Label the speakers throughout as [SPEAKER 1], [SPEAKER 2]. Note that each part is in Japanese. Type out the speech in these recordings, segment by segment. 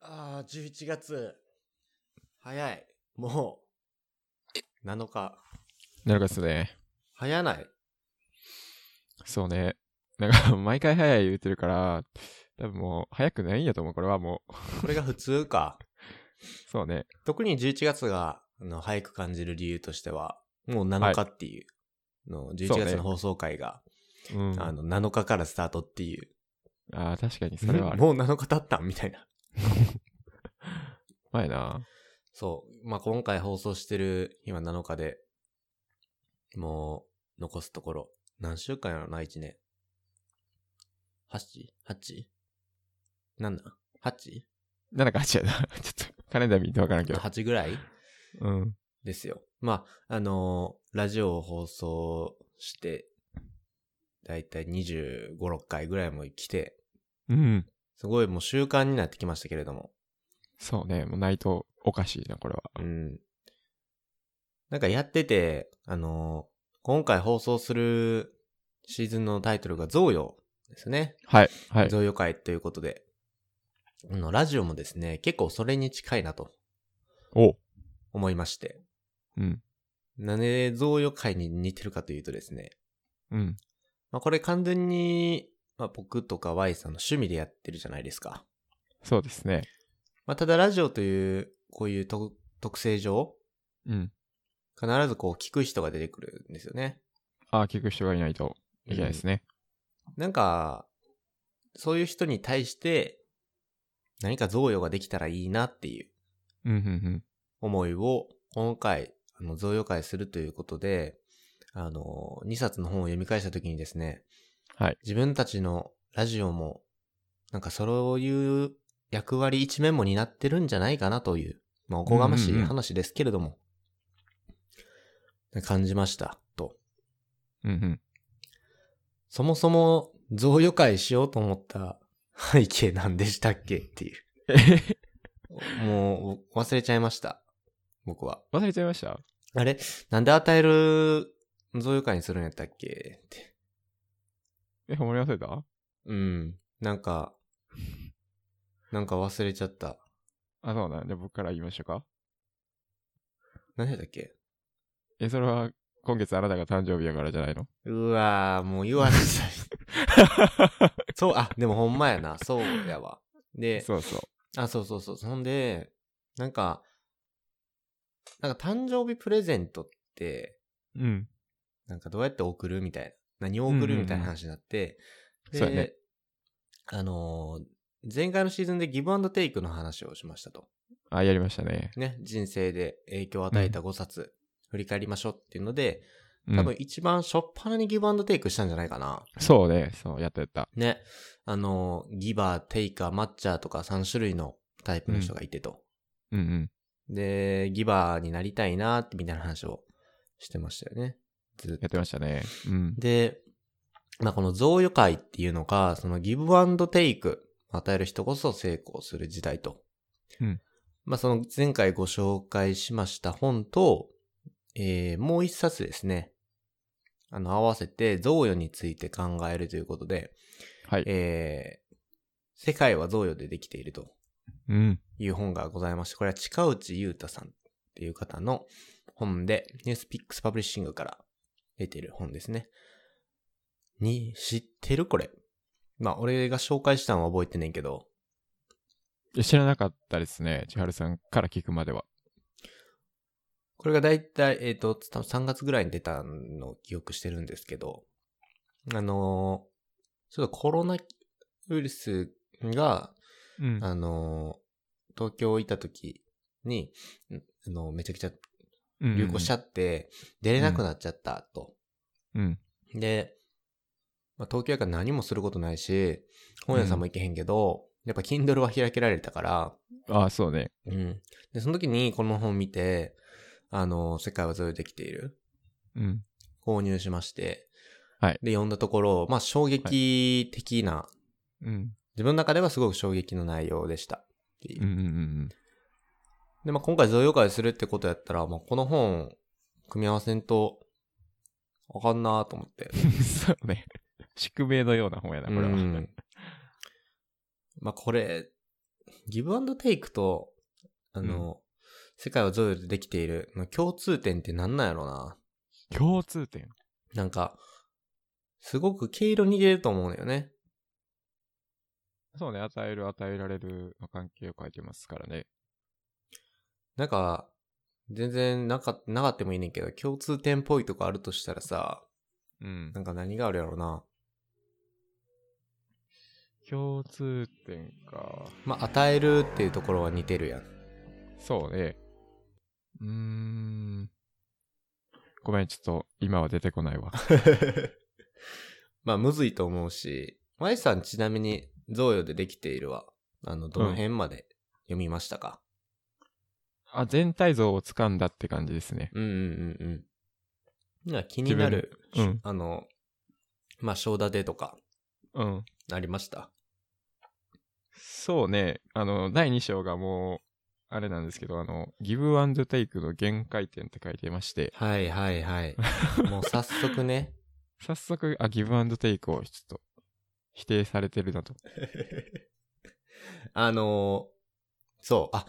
[SPEAKER 1] あ、11月。早い。もう、7日。
[SPEAKER 2] なるかですね。
[SPEAKER 1] 早ない。
[SPEAKER 2] そうね。なんか、毎回早い言うてるから、多分もう、早くないんやと思う。これはもう、
[SPEAKER 1] これが普通か。
[SPEAKER 2] そうね。
[SPEAKER 1] 特に11月が、あの、早く感じる理由としては、もう7日っていうの、11
[SPEAKER 2] そう
[SPEAKER 1] 月
[SPEAKER 2] ね
[SPEAKER 1] の放送回が、
[SPEAKER 2] うん。
[SPEAKER 1] あ
[SPEAKER 2] あ
[SPEAKER 1] の、7日からスタートっていう。
[SPEAKER 2] あー、確かに、それはある。
[SPEAKER 1] もう7日経ったんみたいな。
[SPEAKER 2] 前な。
[SPEAKER 1] そう。まあ、今回放送してる日は7日で、もう、残すところ、何週間やろな、1年。8?8? なんだ ?8?
[SPEAKER 2] なんか8やな。 ちょっと、カレンダー見てわからんけど。
[SPEAKER 1] 8ぐらい
[SPEAKER 2] うん。
[SPEAKER 1] ですよ。まあ、あのーラジオを放送して、だいたい25、6回ぐらいも来て、
[SPEAKER 2] うん。
[SPEAKER 1] すごいもう習慣になってきましたけれども。
[SPEAKER 2] そうね。もうないとおかしいな、これは。
[SPEAKER 1] うん。なんかやってて、あのー今回放送するシーズンのタイトルが贈与ですね。
[SPEAKER 2] はい。はい。
[SPEAKER 1] 贈与会ということで。あの、ラジオもですね、結構それに近いなと
[SPEAKER 2] お
[SPEAKER 1] 思いまして。
[SPEAKER 2] うん。
[SPEAKER 1] なぜ贈与会に似てるかというとですね、
[SPEAKER 2] うん。
[SPEAKER 1] まあ、これ完全に、まあ、僕とか Y さんの趣味でやってるじゃないですか。
[SPEAKER 2] そうですね。
[SPEAKER 1] まあ、ただラジオという、こういうと特性上、
[SPEAKER 2] うん。
[SPEAKER 1] 必ずこう聞く人が出てくるんですよね。
[SPEAKER 2] ああ、聞く人がいないといけないですね。
[SPEAKER 1] なんか、そういう人に対して、何か贈与ができたらいいなっていう
[SPEAKER 2] うん、うん、うん。
[SPEAKER 1] 思いを、今回、あの、贈与会するということで、あの、2冊の本を読み返したときにですね、
[SPEAKER 2] はい。
[SPEAKER 1] 自分たちのラジオも、なんかそういう役割一面も担ってるんじゃないかなという、まあおこがまし
[SPEAKER 2] うんうん
[SPEAKER 1] い
[SPEAKER 2] うん
[SPEAKER 1] 話ですけれども、感じました、と。
[SPEAKER 2] うん、うん。
[SPEAKER 1] そもそも、贈与会しようと思った背景なんでしたっけっていう。
[SPEAKER 2] え
[SPEAKER 1] もう、忘れちゃいました。僕は。
[SPEAKER 2] 忘れちゃいました
[SPEAKER 1] あれなんで与える贈与会にするんやったっけって。
[SPEAKER 2] え、思い忘れた
[SPEAKER 1] うん。なんか、なんか忘れちゃった。
[SPEAKER 2] あ、そうなんで僕から言いましょうか。
[SPEAKER 1] 何やったっけ
[SPEAKER 2] え、それは、今月あなたが誕生日やからじゃないの
[SPEAKER 1] うわー、もう言わ れたい。そう、あ、でもほんまやな。そうやわ。で、
[SPEAKER 2] そうそう。
[SPEAKER 1] あ、そうそうそう。そんで、なんか、なんか誕生日プレゼントって、
[SPEAKER 2] うん。
[SPEAKER 1] なんかどうやって送るみたいな。何を送
[SPEAKER 2] うんうんう
[SPEAKER 1] る
[SPEAKER 2] ん
[SPEAKER 1] みたいな話になって。
[SPEAKER 2] そうやね
[SPEAKER 1] で、あのー前回のシーズンでギブアンドテイクの話をしましたと。
[SPEAKER 2] あ、やりましたね。
[SPEAKER 1] ね、人生で影響を与えた5冊、振り返りましょうっていうので、
[SPEAKER 2] うん
[SPEAKER 1] 多分一番初っ端にギブアンドテイクしたんじゃないかな。
[SPEAKER 2] そうね。そう、やったやった。
[SPEAKER 1] ね、あのーギバー、テイカー、マッチャーとか3種類のタイプの人がいてと。
[SPEAKER 2] うんうん。
[SPEAKER 1] で、ギバーになりたいなってみたいな話をしてましたよね。ずっと
[SPEAKER 2] やってましたね。うん。
[SPEAKER 1] で、まあ、この贈与会っていうのが、そのギブアンドテイク、与える人こそ成功する時代と。
[SPEAKER 2] うん
[SPEAKER 1] まあ、その前回ご紹介しました本と、えー、もう一冊ですね。あの、合わせて贈与について考えるということで、
[SPEAKER 2] はい。
[SPEAKER 1] えー、世界は贈与でできていると
[SPEAKER 2] うん。
[SPEAKER 1] いう本がございまして、これは近内裕太さんっていう方の本で、ニュースピックスパブリッシングから出てる本ですね。に、知ってるこれ。まあ、俺が紹介したのは覚えてねんけど、
[SPEAKER 2] いや知らなかったですね。千春さんから聞くまでは。
[SPEAKER 1] これがだいたい、えっ、と、多分3月ぐらいに出たのを記憶してるんですけど、あのーちょっとコロナウイルスが、
[SPEAKER 2] うん
[SPEAKER 1] あのー東京いた時に、んあの、めちゃくちゃ流行しちゃ
[SPEAKER 2] っ
[SPEAKER 1] って、出れなくなっちゃった、と。
[SPEAKER 2] うん。
[SPEAKER 1] で、まあ、東京やから何もすることないし、本屋さんも行けへんけど、やっぱ Kindle は開けられたから、
[SPEAKER 2] ああ、そうね。
[SPEAKER 1] うん。で、その時にこの本見て、あの、世界はそれできている。
[SPEAKER 2] うん。
[SPEAKER 1] 購入しまして、
[SPEAKER 2] はい
[SPEAKER 1] で、読んだところ、まあ、衝撃的な、
[SPEAKER 2] うん。
[SPEAKER 1] 自分の中ではすごく衝撃の内容でした。っていう
[SPEAKER 2] うんうんうん
[SPEAKER 1] で、まあ、今回贈与会するってことやったら、まあ、この本、組み合わせんと、あかんなと思って。
[SPEAKER 2] うん。 そうね。 宿命のような本やな、これは。
[SPEAKER 1] うんまあこれ、ギブアンドテイクと、あの、世界は贈与でできているの共通点ってなんなんやろな。
[SPEAKER 2] 共通点。
[SPEAKER 1] なんか、すごく毛色似てると思うのよね。
[SPEAKER 2] そうね、与える、与えられるの関係を書いてますからね。
[SPEAKER 1] なんか、全然なか、なかったもいいねんけど、共通点っぽいとこあるとしたらさ、
[SPEAKER 2] うん
[SPEAKER 1] な。んか何があるやろな。
[SPEAKER 2] 共通点か。
[SPEAKER 1] まあ、与えるっていうところは似てるやん。
[SPEAKER 2] そうね。うーん。ごめん、ちょっと今は出てこないわ。
[SPEAKER 1] まあ、むずいと思うし、Y さんちなみに、贈与でできているは、あの、どの辺まで読みましたか、
[SPEAKER 2] あ、全体像を掴んだって感じですね。
[SPEAKER 1] うん、うんうんうんうん。なんか気になる、
[SPEAKER 2] 自分うん
[SPEAKER 1] あの、まあ、正立てとか、
[SPEAKER 2] うん。
[SPEAKER 1] ありました。
[SPEAKER 2] そうね。あの、第2章がもう、あれなんですけど、あの、ギブアンドテイクの限界点って書いてまして、
[SPEAKER 1] はいはいはい。 もう早速ね。
[SPEAKER 2] 早速、あ、ギブアンドテイクをちょっと否定されてるなと。
[SPEAKER 1] あのーそう、あ、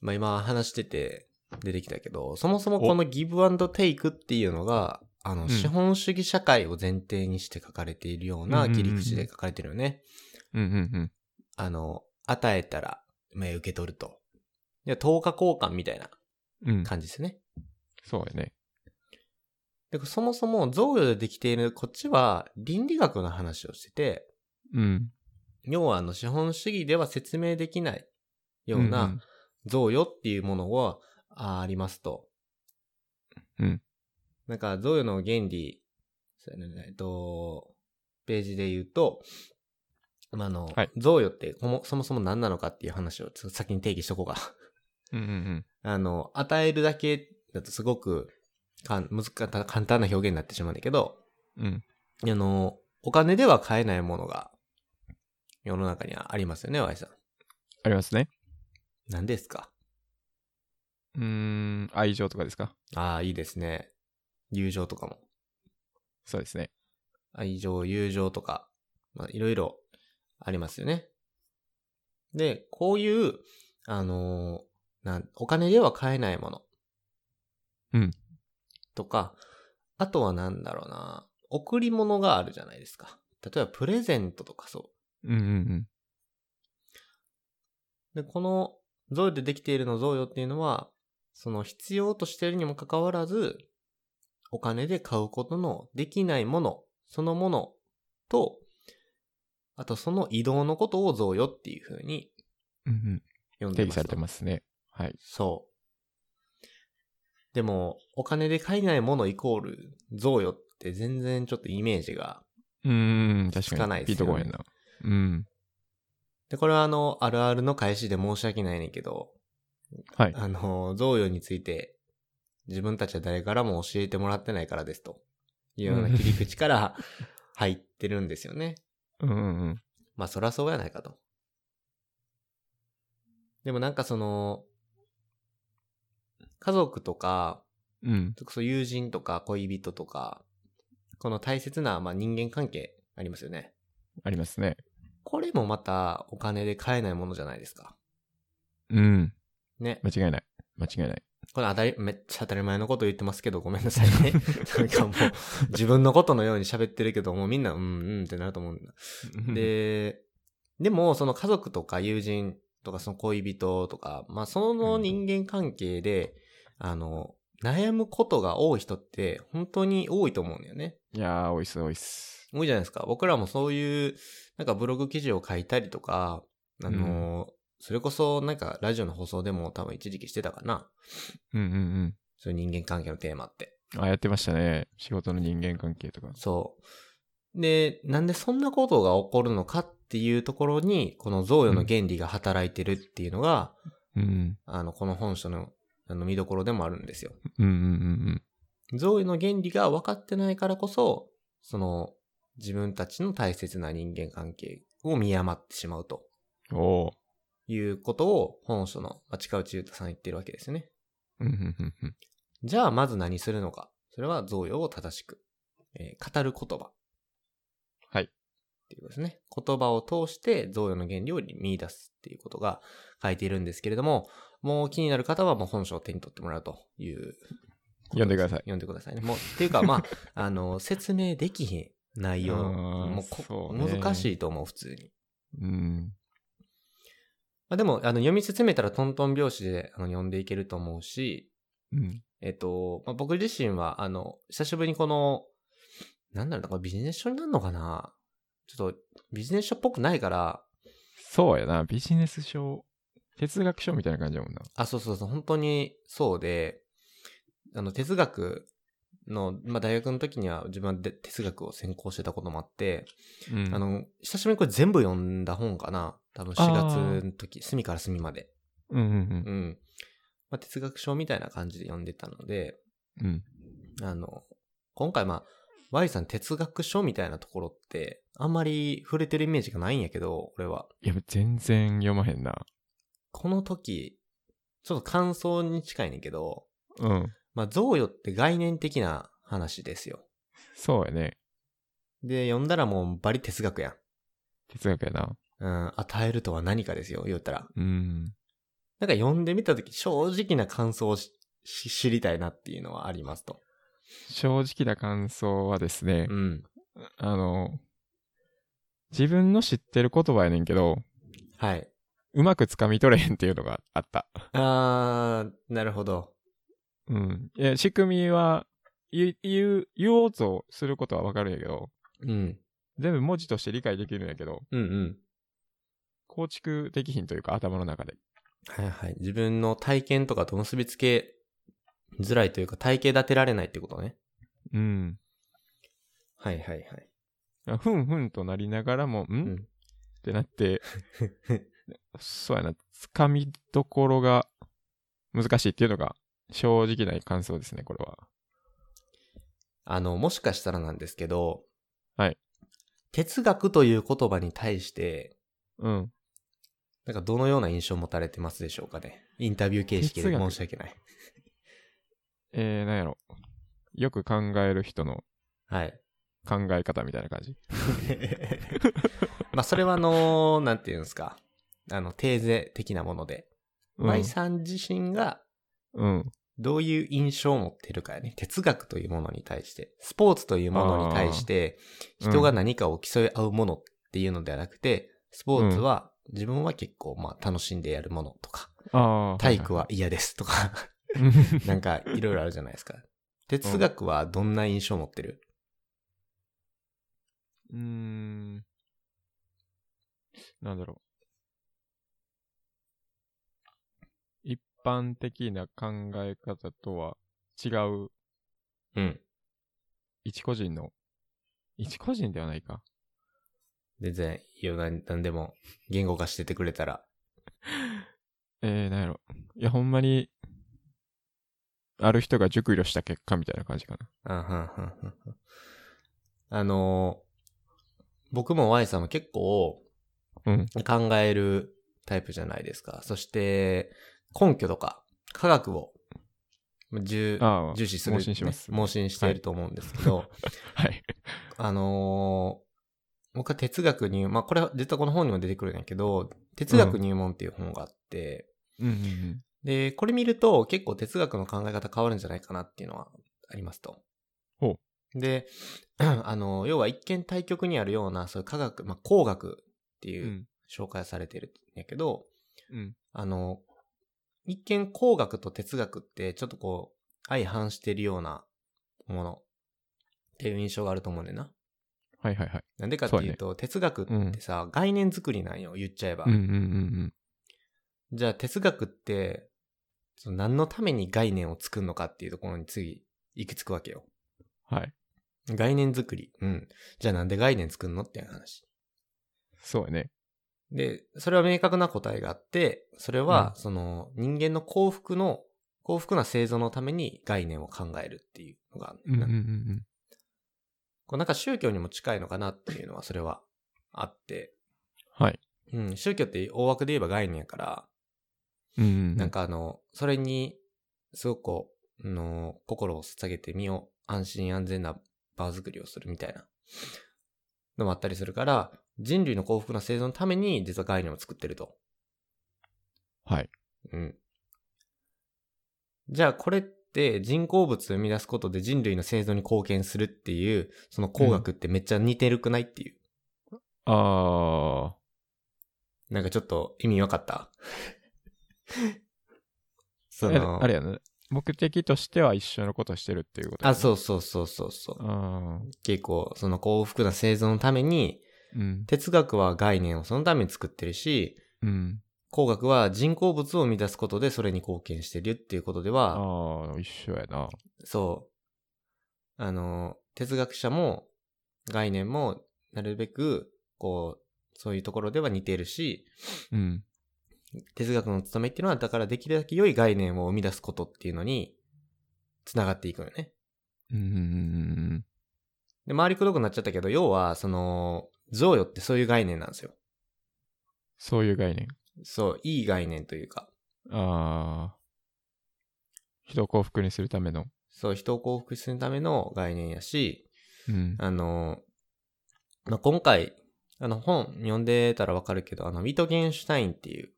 [SPEAKER 1] まあ、今話してて出てきたけど、そもそもこのギブアンドテイクっていうのが、あの、
[SPEAKER 2] ん
[SPEAKER 1] 資本主義社会を前提にして書かれているような
[SPEAKER 2] うんうんうん
[SPEAKER 1] 切
[SPEAKER 2] うん
[SPEAKER 1] り口で書かれてるよね。
[SPEAKER 2] うんうん
[SPEAKER 1] あの、与えたら、まあ受け取ると。いや、等価交換みたいな
[SPEAKER 2] うん。うん。
[SPEAKER 1] 感じですね。
[SPEAKER 2] そうやね。
[SPEAKER 1] で、そもそも贈与でできている、こっちは倫理学の話をしてて、
[SPEAKER 2] うん。
[SPEAKER 1] 要はあの資本主義では説明できないような、
[SPEAKER 2] んん
[SPEAKER 1] 贈与っていうものはあありますと。
[SPEAKER 2] うん。
[SPEAKER 1] なんか贈与の原理、そうやねえっと、ページで言うと、まあ、あの、
[SPEAKER 2] はい
[SPEAKER 1] 贈与ってこもそもそも何なのかっていう話をちょっと先に定義しとこうか。
[SPEAKER 2] うんうんうん。
[SPEAKER 1] あの、与えるだけだとすごくかん難か簡単な表現になってしまうんだけど、
[SPEAKER 2] うん。
[SPEAKER 1] あの、お金では買えないものが世の中にはありますよね、Y さん。
[SPEAKER 2] ありますね。
[SPEAKER 1] 何ですか
[SPEAKER 2] うーん、愛情とかですか
[SPEAKER 1] ああ、いいですね。友情とかも。
[SPEAKER 2] そうですね。
[SPEAKER 1] 愛情、友情とか、まあ、いろいろありますよね。で、こういう、あのーなん、お金では買えないもの。
[SPEAKER 2] うん。
[SPEAKER 1] とか、あとはなんだろうな、贈り物があるじゃないですか。例えばプレゼントとかそ
[SPEAKER 2] うんうんうん。
[SPEAKER 1] う。で、この贈与でできているの贈与っていうのは、その必要としているにもかかわらず、お金で買うことのできないもの、そのものと、あとその移動のことを贈与っていうふうに
[SPEAKER 2] うん
[SPEAKER 1] 呼
[SPEAKER 2] うんん。
[SPEAKER 1] で
[SPEAKER 2] 定
[SPEAKER 1] ま
[SPEAKER 2] 義
[SPEAKER 1] す
[SPEAKER 2] さ
[SPEAKER 1] と。
[SPEAKER 2] れてますね。はい。
[SPEAKER 1] そう。でも、お金で買えないものイコール贈与って全然ちょっとイメージが。
[SPEAKER 2] うーん、確か
[SPEAKER 1] つ
[SPEAKER 2] に。
[SPEAKER 1] かないっす
[SPEAKER 2] ピ
[SPEAKER 1] よ
[SPEAKER 2] ー
[SPEAKER 1] ね
[SPEAKER 2] トごへんな。うん。
[SPEAKER 1] で、これはあの、あるあるの返しで申し訳ないねんけど、
[SPEAKER 2] はい。
[SPEAKER 1] あの、贈与について自分たちは誰からも教えてもらってないからですというような切り口から入ってるんですよね。
[SPEAKER 2] うんうんうん。
[SPEAKER 1] まあそらそうやないかと。でもなんかその、家族とか、
[SPEAKER 2] うん。
[SPEAKER 1] それこそ友人とか恋人とか、この大切な、まあ、人間関係ありますよね。
[SPEAKER 2] ありますね。
[SPEAKER 1] これもまたお金で買えないものじゃないですか。
[SPEAKER 2] うん。
[SPEAKER 1] ね。
[SPEAKER 2] 間違いない。間違いない。
[SPEAKER 1] これ当たり、めっちゃ当たり前のこと言ってますけど、ごめんなさいね。なんかもう、自分のことのように喋ってるけど、もうみんな、うんうんってなると思うんだ。で、でも、その家族とか友人とか、その恋人とか、まあ、その人間関係で、あの、悩むことが多い人って、本当に多いと思うんだよね。
[SPEAKER 2] いやー、おいっす、おいっす。
[SPEAKER 1] 多いじゃないですか。僕らもそういう、なんかブログ記事を書いたりとか、あの、それこそ、なんかラジオの放送でも多分一時期してたかな。
[SPEAKER 2] うんうん
[SPEAKER 1] そういう人間関係のテーマって。
[SPEAKER 2] うん。あ、やってましたね。仕事の人間関係とか。
[SPEAKER 1] そう。で、なんでそんなことが起こるのかっていうところに、この贈与の原理が働いてるっていうのが、
[SPEAKER 2] うん。
[SPEAKER 1] あの、この本書の、あの、見どころでもあるんですよ。
[SPEAKER 2] うんうんうん
[SPEAKER 1] 贈与の原理が分かってないからこそ、その、自分たちの大切な人間関係を見余ってしまうと
[SPEAKER 2] うん。おー。
[SPEAKER 1] いうことを、本書の、まあ、近内優太さん言ってるわけですよね。
[SPEAKER 2] うんうんうんうん。
[SPEAKER 1] じゃあ、まず何するのか。それは贈与を正しく、えー語る言葉。
[SPEAKER 2] はい。
[SPEAKER 1] っていうことですね。言葉を通して贈与の原理を見出すっていうことが書いているんですけれども、もう気になる方はもう本書を手に取ってもらうという
[SPEAKER 2] 読んでください。
[SPEAKER 1] 読んでくださいね。もう、っていうか、ま あ、あの、説明できひん内容。
[SPEAKER 2] うーん
[SPEAKER 1] もうこ
[SPEAKER 2] そうね
[SPEAKER 1] 難しいと思う、普通に。
[SPEAKER 2] うん。
[SPEAKER 1] まあ、でも、あの、読み進めたらトントン拍子であの読んでいけると思うし、
[SPEAKER 2] うん。
[SPEAKER 1] えっと、まあ、僕自身は、あの、久しぶりにこの、なんだろうな、これビジネス書になるのかなちょっと、ビジネス書っぽくないから、
[SPEAKER 2] そうやな。ビジネス書、哲学書みたいな感じやもんな。
[SPEAKER 1] あ、そうそうそう、本当にそうで、あの、哲学の、まあ、大学の時には自分はで哲学を専攻してたこともあって、
[SPEAKER 2] うん
[SPEAKER 1] あ、の、久しぶりにこれ全部読んだ本かな。多分4月の時、隅から隅まで。
[SPEAKER 2] うんうん
[SPEAKER 1] うん。まあ、哲学書みたいな感じで読んでたので、
[SPEAKER 2] うん。うん。
[SPEAKER 1] あの、今回まあ、Y さん哲学書みたいなところって、あんまり触れてるイメージがないんやけど、俺は。
[SPEAKER 2] いや、全然読まへんな。
[SPEAKER 1] この時、ちょっと感想に近いねんけど、
[SPEAKER 2] うん。
[SPEAKER 1] まあ、贈与って概念的な話ですよ。
[SPEAKER 2] そうやね。
[SPEAKER 1] で、読んだらもうバリ哲学やん。
[SPEAKER 2] 哲学やな。
[SPEAKER 1] うん、与えるとは何かですよ、言ったら。
[SPEAKER 2] うん。
[SPEAKER 1] なんか読んでみたとき、正直な感想をしし知りたいなっていうのはありますと。
[SPEAKER 2] 正直な感想はですね、
[SPEAKER 1] うん。
[SPEAKER 2] あの、自分の知ってる言葉やねんけど、
[SPEAKER 1] はい。
[SPEAKER 2] うまくつかみ取れへんっていうのがあった。
[SPEAKER 1] あー、なるほど。
[SPEAKER 2] うん。いや、仕組みは、言う、言う、言おうとすることはわかるんやけど、
[SPEAKER 1] うん。
[SPEAKER 2] 全部文字として理解できるんやけど、
[SPEAKER 1] うんうん。
[SPEAKER 2] 構築できひんというか、頭の中で。
[SPEAKER 1] はいはい。自分の体験とかと結びつけづらいというか、体系立てられないってことね。
[SPEAKER 2] うん。
[SPEAKER 1] はいはいはい。
[SPEAKER 2] あふんふんとなりながらも、ん、
[SPEAKER 1] ん
[SPEAKER 2] ってな って、そうやな、つかみどころが難しいっていうのが正直な感想ですね、これは。
[SPEAKER 1] あの、もしかしたらなんですけど、
[SPEAKER 2] はい。
[SPEAKER 1] 哲学という言葉に対して、
[SPEAKER 2] うん。
[SPEAKER 1] なんかどのような印象を持たれてますでしょうかね。インタビュー形式で
[SPEAKER 2] 哲学
[SPEAKER 1] 申し訳ない。
[SPEAKER 2] えー、なんやろ。よく考える人の
[SPEAKER 1] はい。
[SPEAKER 2] 考え方みたいな感じ。
[SPEAKER 1] まあ、それはあのーなんていうんですか。あの、定税的なもので。
[SPEAKER 2] うん
[SPEAKER 1] Y さん自身が
[SPEAKER 2] うん。
[SPEAKER 1] どういう印象を持ってるかやね。哲学というものに対して、スポーツというものに対して、
[SPEAKER 2] あーうん
[SPEAKER 1] 人が何かを競い合うものっていうのではなくて、スポーツは自分は結構まあ楽しんでやるものとか、
[SPEAKER 2] ああ。
[SPEAKER 1] 体 育は嫌ですとか、
[SPEAKER 2] いはいはい。
[SPEAKER 1] なんかいろいろあるじゃないですか。哲学はどんな印象を持ってる
[SPEAKER 2] うーん。なんだろう。一般的な考え方とは違う
[SPEAKER 1] うん。
[SPEAKER 2] 一個人の、一個人ではないか。
[SPEAKER 1] 全然、いろんなんでも言語化しててくれたら。
[SPEAKER 2] えー、なんやろ。いや、ほんまに、ある人が熟慮した結果みたいな感じかな。
[SPEAKER 1] あはんはんはんはんあのー僕も Y さんも結構
[SPEAKER 2] うん。
[SPEAKER 1] 考えるタイプじゃないですか。そして、根拠とか科学を重
[SPEAKER 2] ああ、
[SPEAKER 1] 重視する、
[SPEAKER 2] 盲信します
[SPEAKER 1] ね盲信していると思うんですけど、
[SPEAKER 2] はい。
[SPEAKER 1] あのー僕は哲学入門、まあこれは実はこの本にも出てくるんやけど、哲学入門っていう本があって、
[SPEAKER 2] うんうん
[SPEAKER 1] で、これ見ると結構哲学の考え方変わるんじゃないかなっていうのはありますと。
[SPEAKER 2] ほ
[SPEAKER 1] で、 あの、要は一見対極にあるような、そういう科学、まあ工学って
[SPEAKER 2] う
[SPEAKER 1] い
[SPEAKER 2] ん。う。
[SPEAKER 1] うん紹介されてるんやけど、
[SPEAKER 2] うん。
[SPEAKER 1] あの、一見工学と哲学ってちょっとこう、相反してるようなものっていう印象があると思うねんだよな。
[SPEAKER 2] はいはいはい。
[SPEAKER 1] なんでかっていうと、哲学ってさ、概念作りなんよ、言っちゃえば。
[SPEAKER 2] うんうんうん
[SPEAKER 1] じゃあ哲学って、その何のために概念を作るのかっていうところに次、行き着くわけよ。
[SPEAKER 2] うん。はい。
[SPEAKER 1] 概念作り。うん。じゃあなんで概念作るのっていう話。
[SPEAKER 2] そうやね。
[SPEAKER 1] で、それは明確な答えがあって、それは、その人間の幸福の、幸福な生存のために概念を考えるっていうのがある、
[SPEAKER 2] うんうんうんうん。
[SPEAKER 1] こうなんか宗教にも近いのかなっていうのは、それはあって、
[SPEAKER 2] はい。
[SPEAKER 1] うん、宗教って大枠で言えば概念やから、
[SPEAKER 2] うんうん。
[SPEAKER 1] なん、かあの、それに、すごくこう、あの、心を捧げて身を安心安全な場作りをするみたいなのもあったりするから、人類の幸福な生存のために、実は概念を作ってると。
[SPEAKER 2] はい。
[SPEAKER 1] うん。じゃあこれって人工物を生み出すことで人類の生存に貢献するっていう、その工学ってめっちゃ似てるくないっていう。
[SPEAKER 2] ああ、
[SPEAKER 1] なんかちょっと意味わかった そ
[SPEAKER 2] え
[SPEAKER 1] の、
[SPEAKER 2] あれやね。目的としては一緒のことしてるっていうこと、。
[SPEAKER 1] あ、そううそうそうそうそう。
[SPEAKER 2] ああ、
[SPEAKER 1] 結構、その幸福な生存のために、
[SPEAKER 2] うん。
[SPEAKER 1] 哲学は概念をそのために作ってるし、
[SPEAKER 2] うん。
[SPEAKER 1] 工学は人工物を生み出すことでそれに貢献してるっていうことでは、
[SPEAKER 2] ああ、一緒やな。
[SPEAKER 1] そう。あの、哲学者も概念もなるべく、こう、そういうところでは似ているし、
[SPEAKER 2] うん。
[SPEAKER 1] 哲学の務めっていうのは、だからできるだけ良い概念を生み出すことっていうのに、つながっていくよね。
[SPEAKER 2] うんうんうん
[SPEAKER 1] で、周りくどくなっちゃったけど、要は、その、贈与ってそういう概念なんですよ。
[SPEAKER 2] そういう概念。
[SPEAKER 1] そう、いい概念というか、
[SPEAKER 2] ああ。人を幸福にするための。
[SPEAKER 1] そう、人を幸福にするための概念やし、
[SPEAKER 2] うん。
[SPEAKER 1] あの、まあ、今回、あの本読んでたらわかるけど、あの、ウィトゲンシュタインっていう、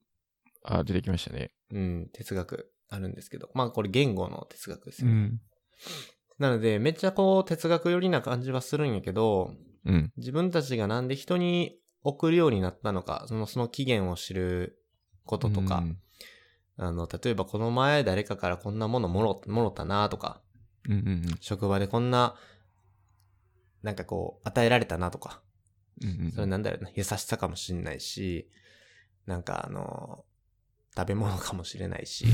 [SPEAKER 2] あ出てきましたね。
[SPEAKER 1] うん、哲学あるんですけど、まあこれ言語の哲学です
[SPEAKER 2] う
[SPEAKER 1] よね。
[SPEAKER 2] ん。
[SPEAKER 1] なので、めっちゃこう哲学寄りな感じはするんやけど、
[SPEAKER 2] うん。
[SPEAKER 1] 自分たちがなんで人に送るようになったのか、そのその起源を知ることとか、
[SPEAKER 2] うん
[SPEAKER 1] あの、例えばこの前誰かからこんなものもろ、もろたなとか、
[SPEAKER 2] うんうん
[SPEAKER 1] 職場でこんな、なんかこう、与えられたなとか、
[SPEAKER 2] うんうん。
[SPEAKER 1] それ なんだろうな、優しさかもしんないし、なんかあの、食べ物かもしれないし、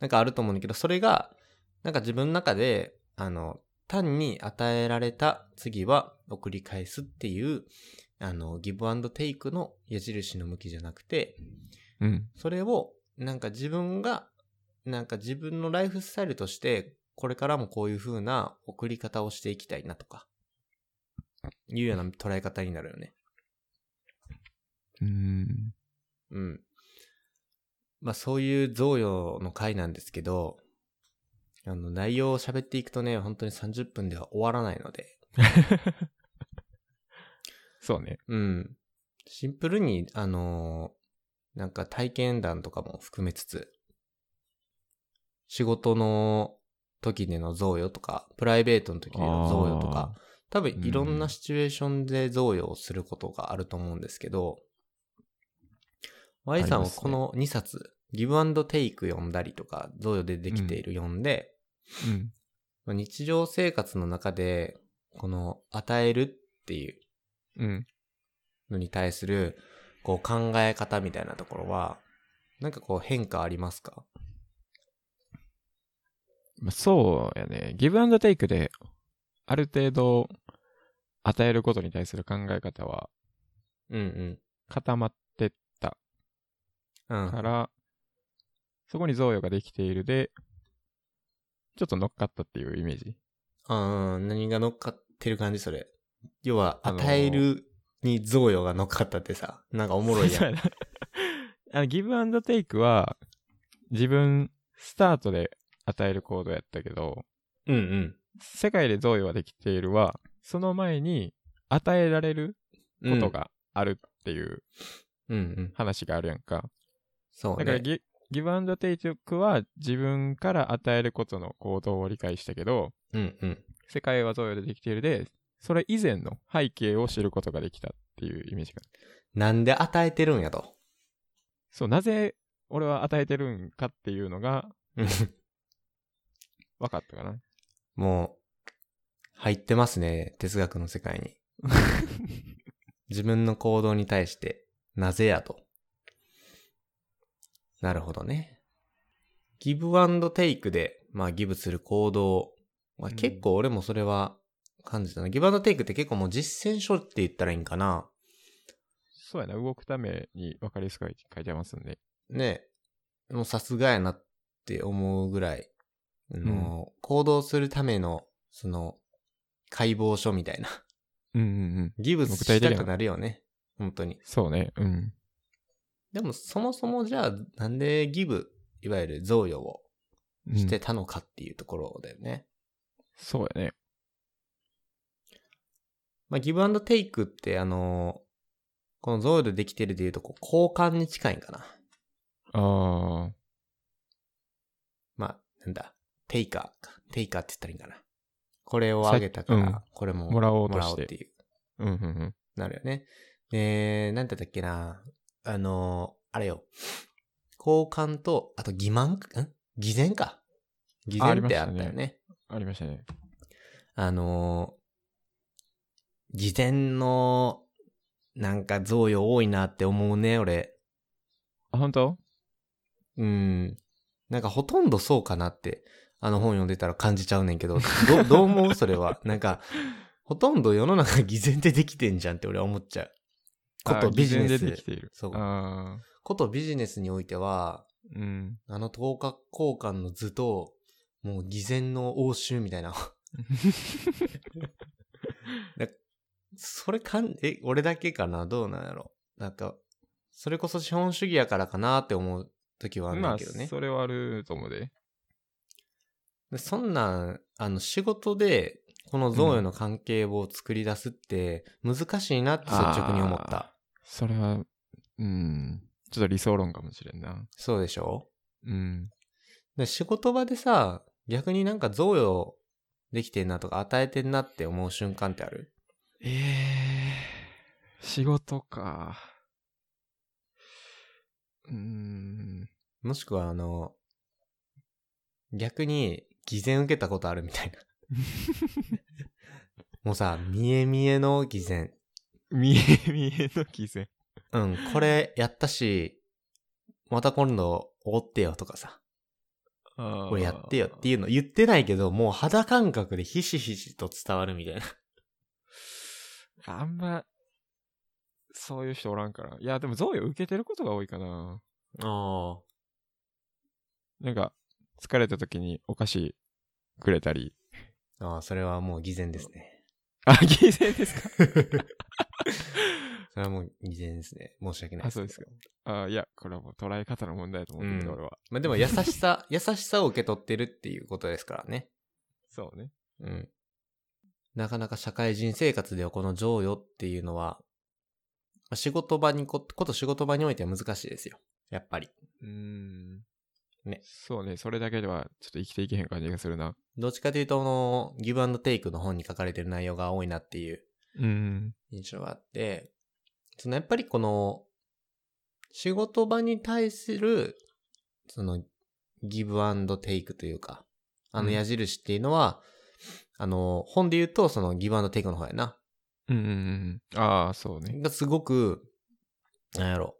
[SPEAKER 1] なんかあると思うんだけど、それが、なんか自分の中で、あの、単に与えられた次は送り返すっていう、あの、ギブアンドテイクの矢印の向きじゃなくて、
[SPEAKER 2] うん。
[SPEAKER 1] それを、なんか自分が、なんか自分のライフスタイルとして、これからもこういう風な送り方をしていきたいなとか、いうような捉え方になるよね。
[SPEAKER 2] うん。
[SPEAKER 1] うん。まあそういう贈与の回なんですけど、あの内容を喋っていくとね、本当に30分では終わらないので、
[SPEAKER 2] そうね。
[SPEAKER 1] うん。シンプルに、あのーなんか体験談とかも含めつつ、仕事の時での贈与とか、プライベートの時での贈与とか、多分いろんなシチュエーションで贈与をすることがあると思うんですけど、Y さんはこの2冊、ギブアンドテイク読んだりとか、贈与でできている読んで、
[SPEAKER 2] うん。
[SPEAKER 1] まあ日常生活の中で、この与えるっていう
[SPEAKER 2] うん。
[SPEAKER 1] のに対する、こう考え方みたいなところは、なんかこう変化ありますか
[SPEAKER 2] まあそうやね。ギブアンドテイクで、ある程度、与えることに対する考え方は
[SPEAKER 1] うん
[SPEAKER 2] 固まってた
[SPEAKER 1] うん。うん。
[SPEAKER 2] から、そこに贈与ができているで、ちょっと乗っかったっていうイメージ。
[SPEAKER 1] あー何が乗っかってる感じそれ。要は、
[SPEAKER 2] あのー
[SPEAKER 1] 与えるに贈与が乗っかったってさ、なんかおもろいや
[SPEAKER 2] そう
[SPEAKER 1] ん。
[SPEAKER 2] な。あの、ギブアンドテイクは、自分、スタートで与える行動やったけど、
[SPEAKER 1] うんうん。
[SPEAKER 2] 世界で贈与はできているは、その前に与えられる
[SPEAKER 1] うん
[SPEAKER 2] こと。があるっていう
[SPEAKER 1] うんうん。
[SPEAKER 2] 話があるやんか。
[SPEAKER 1] そうね。
[SPEAKER 2] だからギ,、ギブアンドテイクは自分から与えることの行動を理解したけど、
[SPEAKER 1] うんうん。
[SPEAKER 2] 世界は贈与でできているで、それ以前の背景を知ることができたっていうイメージか
[SPEAKER 1] な
[SPEAKER 2] な。
[SPEAKER 1] んで与えてるんや と。
[SPEAKER 2] そう、なぜ俺は与えてるんかっていうのが
[SPEAKER 1] うん
[SPEAKER 2] 分かったかな。
[SPEAKER 1] もう、入ってますね、哲学の世界に。 自分の行動に対して、なぜやと。なるほどね。ギブアンドテイクで、まあギブする行動。まあ
[SPEAKER 2] うん
[SPEAKER 1] 結構俺もそれは感じたな。ギブアンドテイクって結構もう実践書って言ったらいいんかな。
[SPEAKER 2] そうやな、動くために分かりやすく書いてますんで。
[SPEAKER 1] ねえ、もうさすがやなって思うぐらい、あの、行動するための、その、解剖書みたいな。
[SPEAKER 2] うんうんうん。
[SPEAKER 1] ギブスしたくなるよね。本当に。
[SPEAKER 2] そうね、うん。
[SPEAKER 1] でもそもそもじゃあなんでギブ、いわゆる贈与を
[SPEAKER 2] うん
[SPEAKER 1] してたのかっていうところだよね。
[SPEAKER 2] そうやね。
[SPEAKER 1] まあ、ギブアンドテイクって、あのーこのゾウでできてるで言うと、こう交換に近いんかな。
[SPEAKER 2] ああ、
[SPEAKER 1] まあ、なんだ、テイカーか。テイカーって言ったらいいんかな。これをあげたか
[SPEAKER 2] うん
[SPEAKER 1] ら、これも
[SPEAKER 2] もらおうと
[SPEAKER 1] もら
[SPEAKER 2] し。
[SPEAKER 1] おうってていう。
[SPEAKER 2] うんうんうん。
[SPEAKER 1] なるよね。で、なんだったっけな。あのー、あれよ。交換と、あと欺瞞ん偽善か。偽善ってあったよね。
[SPEAKER 2] あ
[SPEAKER 1] あ
[SPEAKER 2] りましたありましたね。
[SPEAKER 1] のー、偽善の、なんか贈与多いなって思うね、俺。
[SPEAKER 2] あ、本当
[SPEAKER 1] うん。なんかほとんどそうかなって、あの本読んでたら感じちゃうねんけど、 ど、どう思うそれは。なんか、ほとんど世の中偽善でできてんじゃんって俺は思っちゃう。こ
[SPEAKER 2] あ
[SPEAKER 1] とビジネス。
[SPEAKER 2] 偽善でできている。
[SPEAKER 1] そう
[SPEAKER 2] ああ、
[SPEAKER 1] ことビジネスにおいては、
[SPEAKER 2] うん。
[SPEAKER 1] あの等価交換の図と、もう偽善の応酬みたい な。だそれかん、え、俺だけかなどうなんやろなんか、それこそ資本主義やからかなって思う時はあるん
[SPEAKER 2] ま
[SPEAKER 1] だ
[SPEAKER 2] あ、
[SPEAKER 1] けどね。
[SPEAKER 2] それはあると思うで。
[SPEAKER 1] でそんなん、あの、仕事で、この贈与の関係を作り出すって、難しいなって率直に思った。
[SPEAKER 2] あそれは、うん。ちょっと理想論かもしれんな。
[SPEAKER 1] そうでしょ
[SPEAKER 2] うん。
[SPEAKER 1] で仕事場でさ、逆になんか贈与できてんなとか与えてんなって思う瞬間ってある
[SPEAKER 2] ええ仕事か。うーん。
[SPEAKER 1] もしくはあの、逆に偽善受けたことあるみたいな。もうさ、見え見えの偽善。
[SPEAKER 2] 見え見えの偽善。
[SPEAKER 1] うん、これやったし、また今度おごってよとかさ、こ
[SPEAKER 2] こ
[SPEAKER 1] れやってよっていうの言ってないけど、もう肌感覚でひしひしと伝わるみたいな。
[SPEAKER 2] あんま、そういう人おらんから。いや、でも贈与受けてることが多いかな。
[SPEAKER 1] ああ。
[SPEAKER 2] なんか、疲れた時にお菓子くれたり。
[SPEAKER 1] ああ、それはもう偽善ですね。
[SPEAKER 2] あ、偽善 ですか
[SPEAKER 1] それはもう偽善ですね。申し訳ない
[SPEAKER 2] あそうです
[SPEAKER 1] けど。
[SPEAKER 2] あいや、これはもう捉え方の問題だと思ってるけど、
[SPEAKER 1] うん
[SPEAKER 2] 俺は。
[SPEAKER 1] まあでも優しさ、 優しさを受け取ってるっていうことですからね。
[SPEAKER 2] そうね。
[SPEAKER 1] うん。なかなか社会人生活ではこの贈与っていうのは、まあ仕事場にこ、こと仕事場においては難しいですよ。やっぱり。
[SPEAKER 2] うーん。
[SPEAKER 1] ね
[SPEAKER 2] そうね、それだけではちょっと生きていけへん感じがするな。
[SPEAKER 1] どっちかというと、あの、ギブアンドテイクの本に書かれてる内容が多いなっていう
[SPEAKER 2] うん。
[SPEAKER 1] 印象があって、そのやっぱりこの、仕事場に対する、その、ギブアンドテイクというか、あの
[SPEAKER 2] うん
[SPEAKER 1] 矢印っていうのは、あの、本で言うと、そのギブアンドテイクの方やな。
[SPEAKER 2] うんうんうん。ああ、そうね。
[SPEAKER 1] がすごく、なんやろ。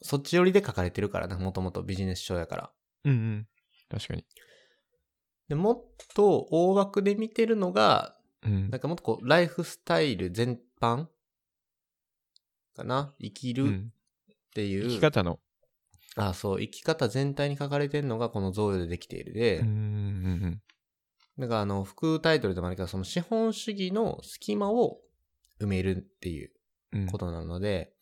[SPEAKER 1] そっち寄りで書かれてるからな、もともとビジネス書やから。
[SPEAKER 2] うんうん。確かに。
[SPEAKER 1] で、もっと大枠で見てるのが、
[SPEAKER 2] うん
[SPEAKER 1] なんかもっとこう、ライフスタイル全般かな生き
[SPEAKER 2] う
[SPEAKER 1] るっ
[SPEAKER 2] ん、
[SPEAKER 1] ていう。
[SPEAKER 2] 生き方の。
[SPEAKER 1] あ、そう、生き方全体に書かれてるのがこの贈与でできているで、
[SPEAKER 2] うんうん
[SPEAKER 1] だからあの、副タイトルでもあるけど、その資本主義の隙間を埋めるっていう
[SPEAKER 2] うんうん。
[SPEAKER 1] ことなので、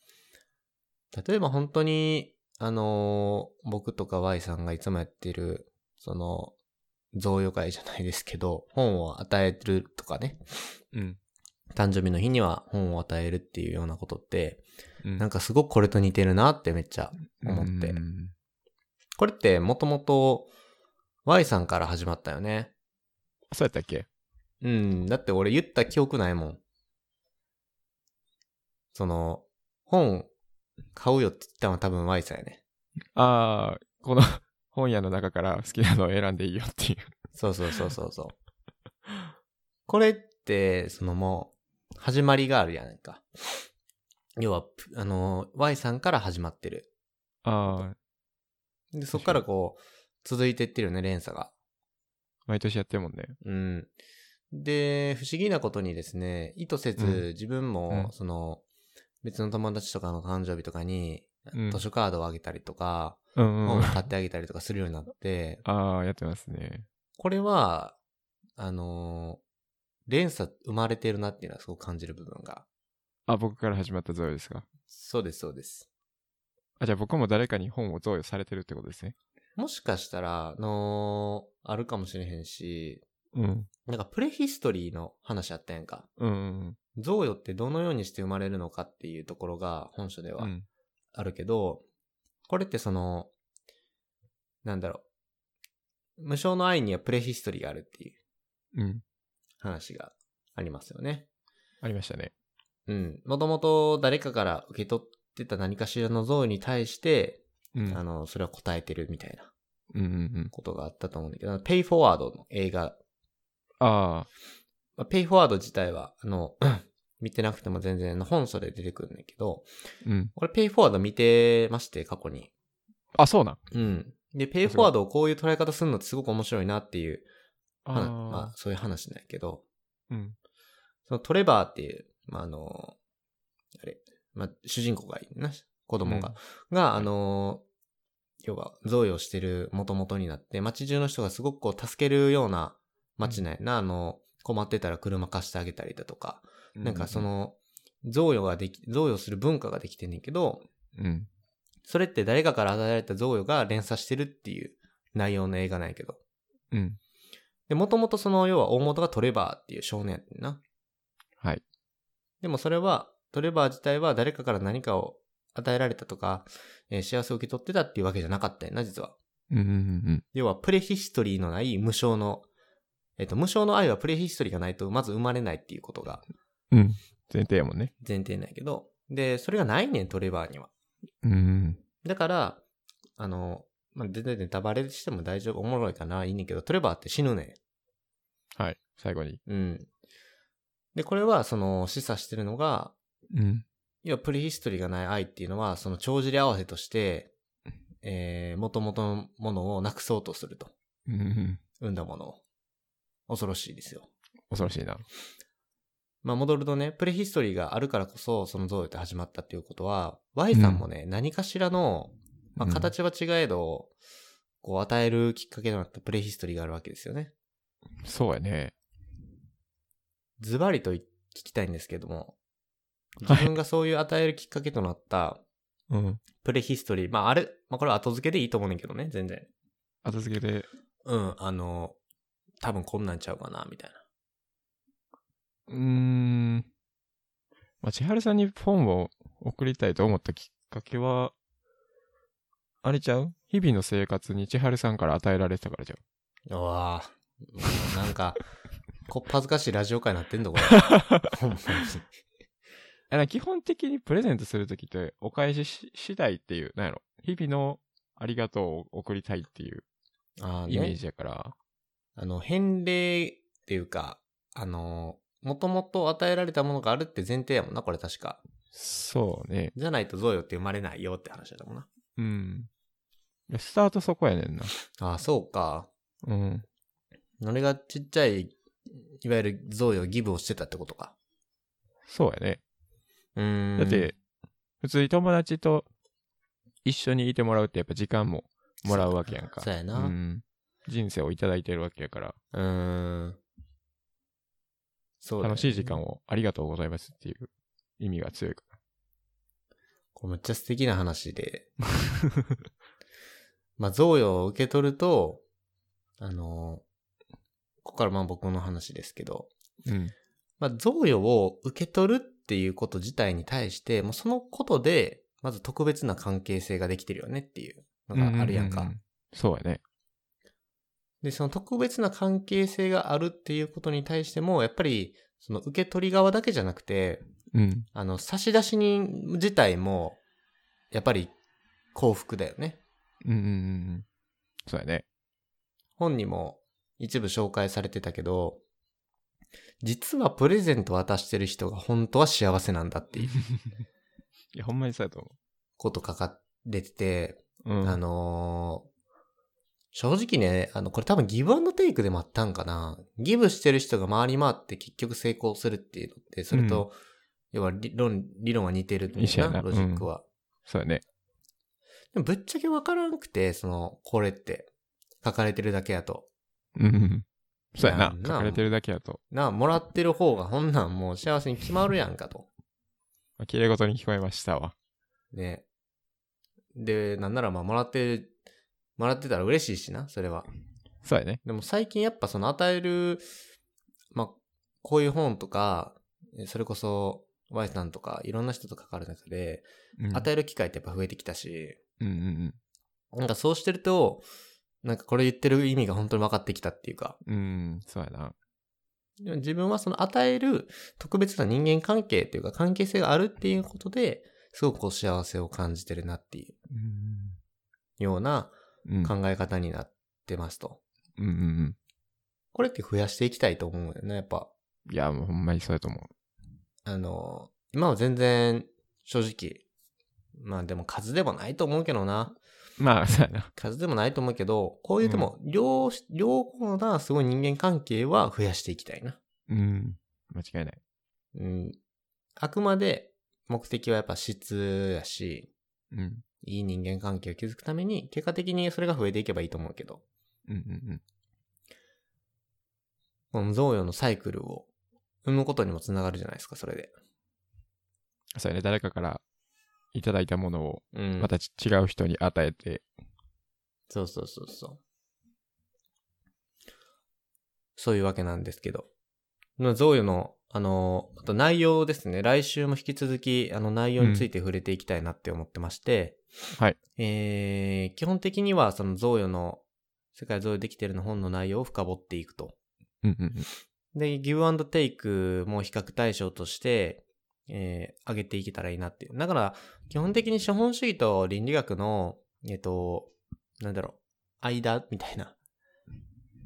[SPEAKER 1] 例えば本当に、あのー僕とか Y さんがいつもやってる、その、贈与会じゃないですけど、本を与えるとかね、
[SPEAKER 2] うん。
[SPEAKER 1] 誕生日の日には本を与えるっていうようなことって、
[SPEAKER 2] うん
[SPEAKER 1] なんかすごくこれと似てるなってめっちゃ思って。
[SPEAKER 2] うん
[SPEAKER 1] これってもともと Y さんから始まったよね。
[SPEAKER 2] そうやったっけ
[SPEAKER 1] うん。だって俺言った記憶ないもん。その、本買うよって言ったのは多分 Y さんやね。
[SPEAKER 2] ああ、この 本屋の中から好きなのを選んでいいよっていう。
[SPEAKER 1] そうそうそうそう そう。これって、そのもう、始まりがあるやないか。要は、ぷあの、Y さんから始まってる。
[SPEAKER 2] ああ、
[SPEAKER 1] で、そっからこう、続いてってるよね、連鎖が。
[SPEAKER 2] 毎年やってるもんね。
[SPEAKER 1] うん。で、不思議なことにですね、意図せず、
[SPEAKER 2] うん
[SPEAKER 1] 自分
[SPEAKER 2] う
[SPEAKER 1] も、
[SPEAKER 2] ん
[SPEAKER 1] その、別の友達とかの誕生日とかに、
[SPEAKER 2] うん
[SPEAKER 1] 図書カードをあげたりとか、
[SPEAKER 2] うんうん
[SPEAKER 1] 本を
[SPEAKER 2] うん。
[SPEAKER 1] 買ってあげたりとかするようになって、
[SPEAKER 2] ああ、やってますね。
[SPEAKER 1] これは、あのー連鎖生まれてるなっていうのはすごく感じる部分が。
[SPEAKER 2] あ、僕から始まった贈与ですか。
[SPEAKER 1] そうです、そうです。
[SPEAKER 2] あ、じゃあ僕も誰かに本を贈与されてるってことですね。
[SPEAKER 1] もしかしたら、あのーあるかもしれへんし、
[SPEAKER 2] うん。
[SPEAKER 1] なんかプレヒストリーの話あったやんか。
[SPEAKER 2] うんうん
[SPEAKER 1] 贈与ってどのようにして生まれるのかっていうところが本書では
[SPEAKER 2] うん。
[SPEAKER 1] あるけど、これってその、なんだろう、無償の愛にはプレヒストリーがあるっていう
[SPEAKER 2] うん。
[SPEAKER 1] 話がありますよね。
[SPEAKER 2] ありましたね。
[SPEAKER 1] うん。もともと誰かから受け取ってた何かしらの像に対して、
[SPEAKER 2] うん。
[SPEAKER 1] あの、それは答えてるみたいな
[SPEAKER 2] うんうんうん。
[SPEAKER 1] ことがあったと思うんだけど、ペイフォワードの映画、
[SPEAKER 2] ああ、
[SPEAKER 1] まあ、ペイフォワード自体は、あの、 見てなくても全然あの本書で出てくるんだけど、
[SPEAKER 2] うん。
[SPEAKER 1] これペイフォワード見てまして、過去に。
[SPEAKER 2] あ、そうなん。
[SPEAKER 1] うん。で、ペイフォワードをこういう捉え方するのってすごく面白いなっていう、
[SPEAKER 2] あ
[SPEAKER 1] は
[SPEAKER 2] あ、
[SPEAKER 1] なまあ、そういう話なんやけど、
[SPEAKER 2] うん。
[SPEAKER 1] そのトレバーっていう、まあ、あの、あれ、まあ、主人公がいるな、子供が、が、あの、要は、贈与してる元々になって、街中の人がすごくこう、助けるような街なんやな、あの、困ってたら車貸してあげたりだとか、
[SPEAKER 2] う
[SPEAKER 1] なんかそ、の、贈与ができ、贈与する文化ができてんねんけど、
[SPEAKER 2] うん。
[SPEAKER 1] それって誰かから与えられた贈与が連鎖してるっていう内容の映画なんやけど。
[SPEAKER 2] うん。
[SPEAKER 1] で、もともとその、要は大元がトレバーっていう少年やってんな。
[SPEAKER 2] はい。
[SPEAKER 1] でもそれは、トレバー自体は誰かから何かを与えられたとか、えー幸せを受け取ってたっていうわけじゃなかったよな、実は。
[SPEAKER 2] うんうんうん
[SPEAKER 1] 要は、プレヒストリーのない無償の、えっ、と、無償の愛はプレヒストリーがないとまず生まれないっていうことが
[SPEAKER 2] うん。うん。前提やもんね。
[SPEAKER 1] 前提なんやけど、で、それがないねん、トレバーには。
[SPEAKER 2] うんうん。
[SPEAKER 1] だから、あの、まあ、全然ネタバレしても大丈夫、おもろいかな、いいねんけど、トレバーって死ぬねん。
[SPEAKER 2] はい。最後に。
[SPEAKER 1] うん。で、これは、その、示唆してるのが、
[SPEAKER 2] うん。
[SPEAKER 1] 要はプレヒストリーがない愛っていうのは、その帳尻合わせとして、えー、元々のものをなくそうとすると。
[SPEAKER 2] うんうん。
[SPEAKER 1] 生んだものを。恐ろしいですよ。
[SPEAKER 2] 恐ろしいな。
[SPEAKER 1] まあ、戻るとね、プレヒストリーがあるからこそ、その贈与って始まったっていうことは、Y さんもね、何かしらの、まあ、
[SPEAKER 2] うん
[SPEAKER 1] 形は違えど、こう、与えるきっかけとなったプレヒストリーがあるわけですよね。
[SPEAKER 2] そうやね。
[SPEAKER 1] ズバリと聞きたいんですけども、
[SPEAKER 2] はい
[SPEAKER 1] 自分がそういう与えるきっかけとなった、
[SPEAKER 2] うん。
[SPEAKER 1] プレヒストリー、まあ、あれ、まあ、これは後付けでいいと思うねんだけどね、全然。
[SPEAKER 2] 後付けで、
[SPEAKER 1] うん、あの、多分こんなんちゃうかな、みたいう
[SPEAKER 2] ーん。まあ、千春さんに本を送りたいと思ったきっかけは、あれちゃう日々の生活に千春さんから与えられてたからちゃ
[SPEAKER 1] な。うわぁ。なんか、 こっ恥ずかしいラジオ会になってんのこれ。 ほんまに
[SPEAKER 2] う。あ基本的にプレゼントするときって、お返しし次第っていう、なんやろ。日々のありがとうを送りたいっていう
[SPEAKER 1] あーね
[SPEAKER 2] イメージやから。
[SPEAKER 1] あの、返礼っていうか、あの、もともと与えられたものがあるって前提やもんな、これ確か。
[SPEAKER 2] そうね。
[SPEAKER 1] じゃないと贈与って生まれないよって話だもんな。
[SPEAKER 2] うん。いやスタートそこやねんな。
[SPEAKER 1] ああ、そうか。
[SPEAKER 2] うん。
[SPEAKER 1] 俺がちっちゃい、いわゆる贈与、ギブをしてたってことか。
[SPEAKER 2] そうやね。
[SPEAKER 1] うーん。
[SPEAKER 2] だっ、て、普通に友達と一緒にいてもらうってやっぱ時間ももらうわけやんか。
[SPEAKER 1] そうやな
[SPEAKER 2] うん人生をいただいてるわけやから、
[SPEAKER 1] うーん。そうだよね
[SPEAKER 2] 楽しい時間をありがとうございますっていう意味が強いか
[SPEAKER 1] これめっちゃ素敵な話で。 まあ、贈与を受け取ると、あの、ここからまあ僕の話ですけど、
[SPEAKER 2] ら。うん。
[SPEAKER 1] まあ、贈与を受け取るっていうこと自体に対して、もうそのことで、まず特別な関係性ができてるよねっていうのがあるやんか。
[SPEAKER 2] うううそうやね。
[SPEAKER 1] で、その特別な関係性があるっていうことに対しても、やっぱり、その受け取り側だけじゃなくて、
[SPEAKER 2] うん。
[SPEAKER 1] あの、差出人自体も、やっぱり幸福だよね。
[SPEAKER 2] うんうんうんうん。そうやね。
[SPEAKER 1] 本にも一部紹介されてたけど、実はプレゼント渡してる人が本当は幸せなんだって いう
[SPEAKER 2] いや、ほんまにそうやと思
[SPEAKER 1] こと書かれてて、
[SPEAKER 2] う。うん。
[SPEAKER 1] あのー正直ね、あの、これ多分ギブアンドテイクでもあったんかな。ギブしてる人が回り回って結局成功するっていうのって、それと、要は理論、理論は似てるんだよ
[SPEAKER 2] 一緒やな
[SPEAKER 1] ロジックは。
[SPEAKER 2] そうやね。
[SPEAKER 1] でもぶっちゃけわからなくて、その、これって書かれてるだけやと。
[SPEAKER 2] うんうんうん。そうやな。
[SPEAKER 1] なん
[SPEAKER 2] 書かれてるだけやと。
[SPEAKER 1] なあ、もらってる方がほんなんもう幸せに決まるやんかと。
[SPEAKER 2] まあ、綺麗事に聞こえましたわ。
[SPEAKER 1] ね。で、なんならまあもらって、もらってたら嬉しいしな、それは。
[SPEAKER 2] そうやね。
[SPEAKER 1] でも最近やっぱその与える、まあ、こういう本とか、えそれこそ、Y さんとかいろんな人と関わる中で、
[SPEAKER 2] うん
[SPEAKER 1] 与える機会ってやっぱ増えてきたし、
[SPEAKER 2] うんうん
[SPEAKER 1] なんかそうしてると、なんかこれ言ってる意味が本当に分かってきたっていうか、
[SPEAKER 2] うん。うん、そうやな。
[SPEAKER 1] でも自分はその与える特別な人間関係っていうか関係性があるっていうことで、すごくこう幸せを感じてるなっていうような
[SPEAKER 2] うん。
[SPEAKER 1] 考え方になってますと。
[SPEAKER 2] うんうんうん。
[SPEAKER 1] これって増やしていきたいと思うんだよね、やっぱ。
[SPEAKER 2] いや、もうほんまにそうやと思
[SPEAKER 1] あの、今は全然正直、まあでも数でもないと思うけど な。
[SPEAKER 2] う。まあ、そうやな。
[SPEAKER 1] 数でもないと思うけど、こういうでも、両、両方なすごい人間関係は増やしていきたいな。
[SPEAKER 2] うん。間違いない。
[SPEAKER 1] うん。あくまで目的はやっぱ質やし、
[SPEAKER 2] うん。
[SPEAKER 1] いい人間関係を築くために、結果的にそれが増えていけばいいと思うけど、
[SPEAKER 2] うんうん
[SPEAKER 1] この贈与のサイクルを生むことにもつながるじゃないですか、それで。
[SPEAKER 2] うん。そうやね。誰かからいただいたものを、
[SPEAKER 1] うん。
[SPEAKER 2] またち違う人に与えて、
[SPEAKER 1] そうそうそうそう。そういうわけなんですけど。まあ贈与の、あの、あと内容ですね。来週も引き続き、あの内容について触れていきたいなって思ってまして。
[SPEAKER 2] はい。
[SPEAKER 1] えー、基本的にはその贈与の、世界贈与できてるの本の内容を深掘っていくと。
[SPEAKER 2] うんうんうん。
[SPEAKER 1] で、ギブアンドテイクも比較対象として、えー、上げていけたらいいなっていう。だから、基本的に資本主義と倫理学の、えっ、と、なんだろう、間みたいな、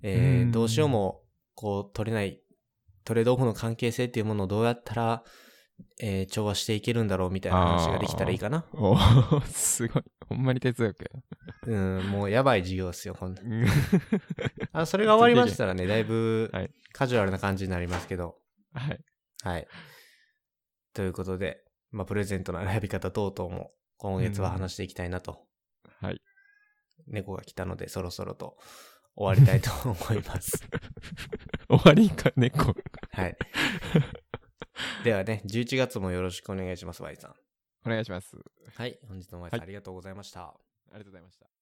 [SPEAKER 1] えー
[SPEAKER 2] うん
[SPEAKER 1] どうしようも、こう、取れない、トレードオフの関係性っていうものをどうやったら、えー調和していけるんだろうみたいな話ができたらいいかな。
[SPEAKER 2] おーすごい。ほんまに哲学や
[SPEAKER 1] うん、もうやばい授業ですよ、こんな。
[SPEAKER 2] な。
[SPEAKER 1] あそれが終わりましたらね、だいぶ
[SPEAKER 2] はい、
[SPEAKER 1] カジュアルな感じになりますけど。
[SPEAKER 2] はい。
[SPEAKER 1] はい。ということで、まあ、プレゼントの選び方等々も、今月は話していきたいなと、
[SPEAKER 2] はい。
[SPEAKER 1] 猫が来たので、そろそろと終わりたいと思い ます。
[SPEAKER 2] 終わりか、猫。
[SPEAKER 1] はい。ではね、11月もよろしくお願いします、Y さん。
[SPEAKER 2] お願いします。
[SPEAKER 1] はい。本日も Y さん、ありがとうございました。
[SPEAKER 2] ありがとうございました。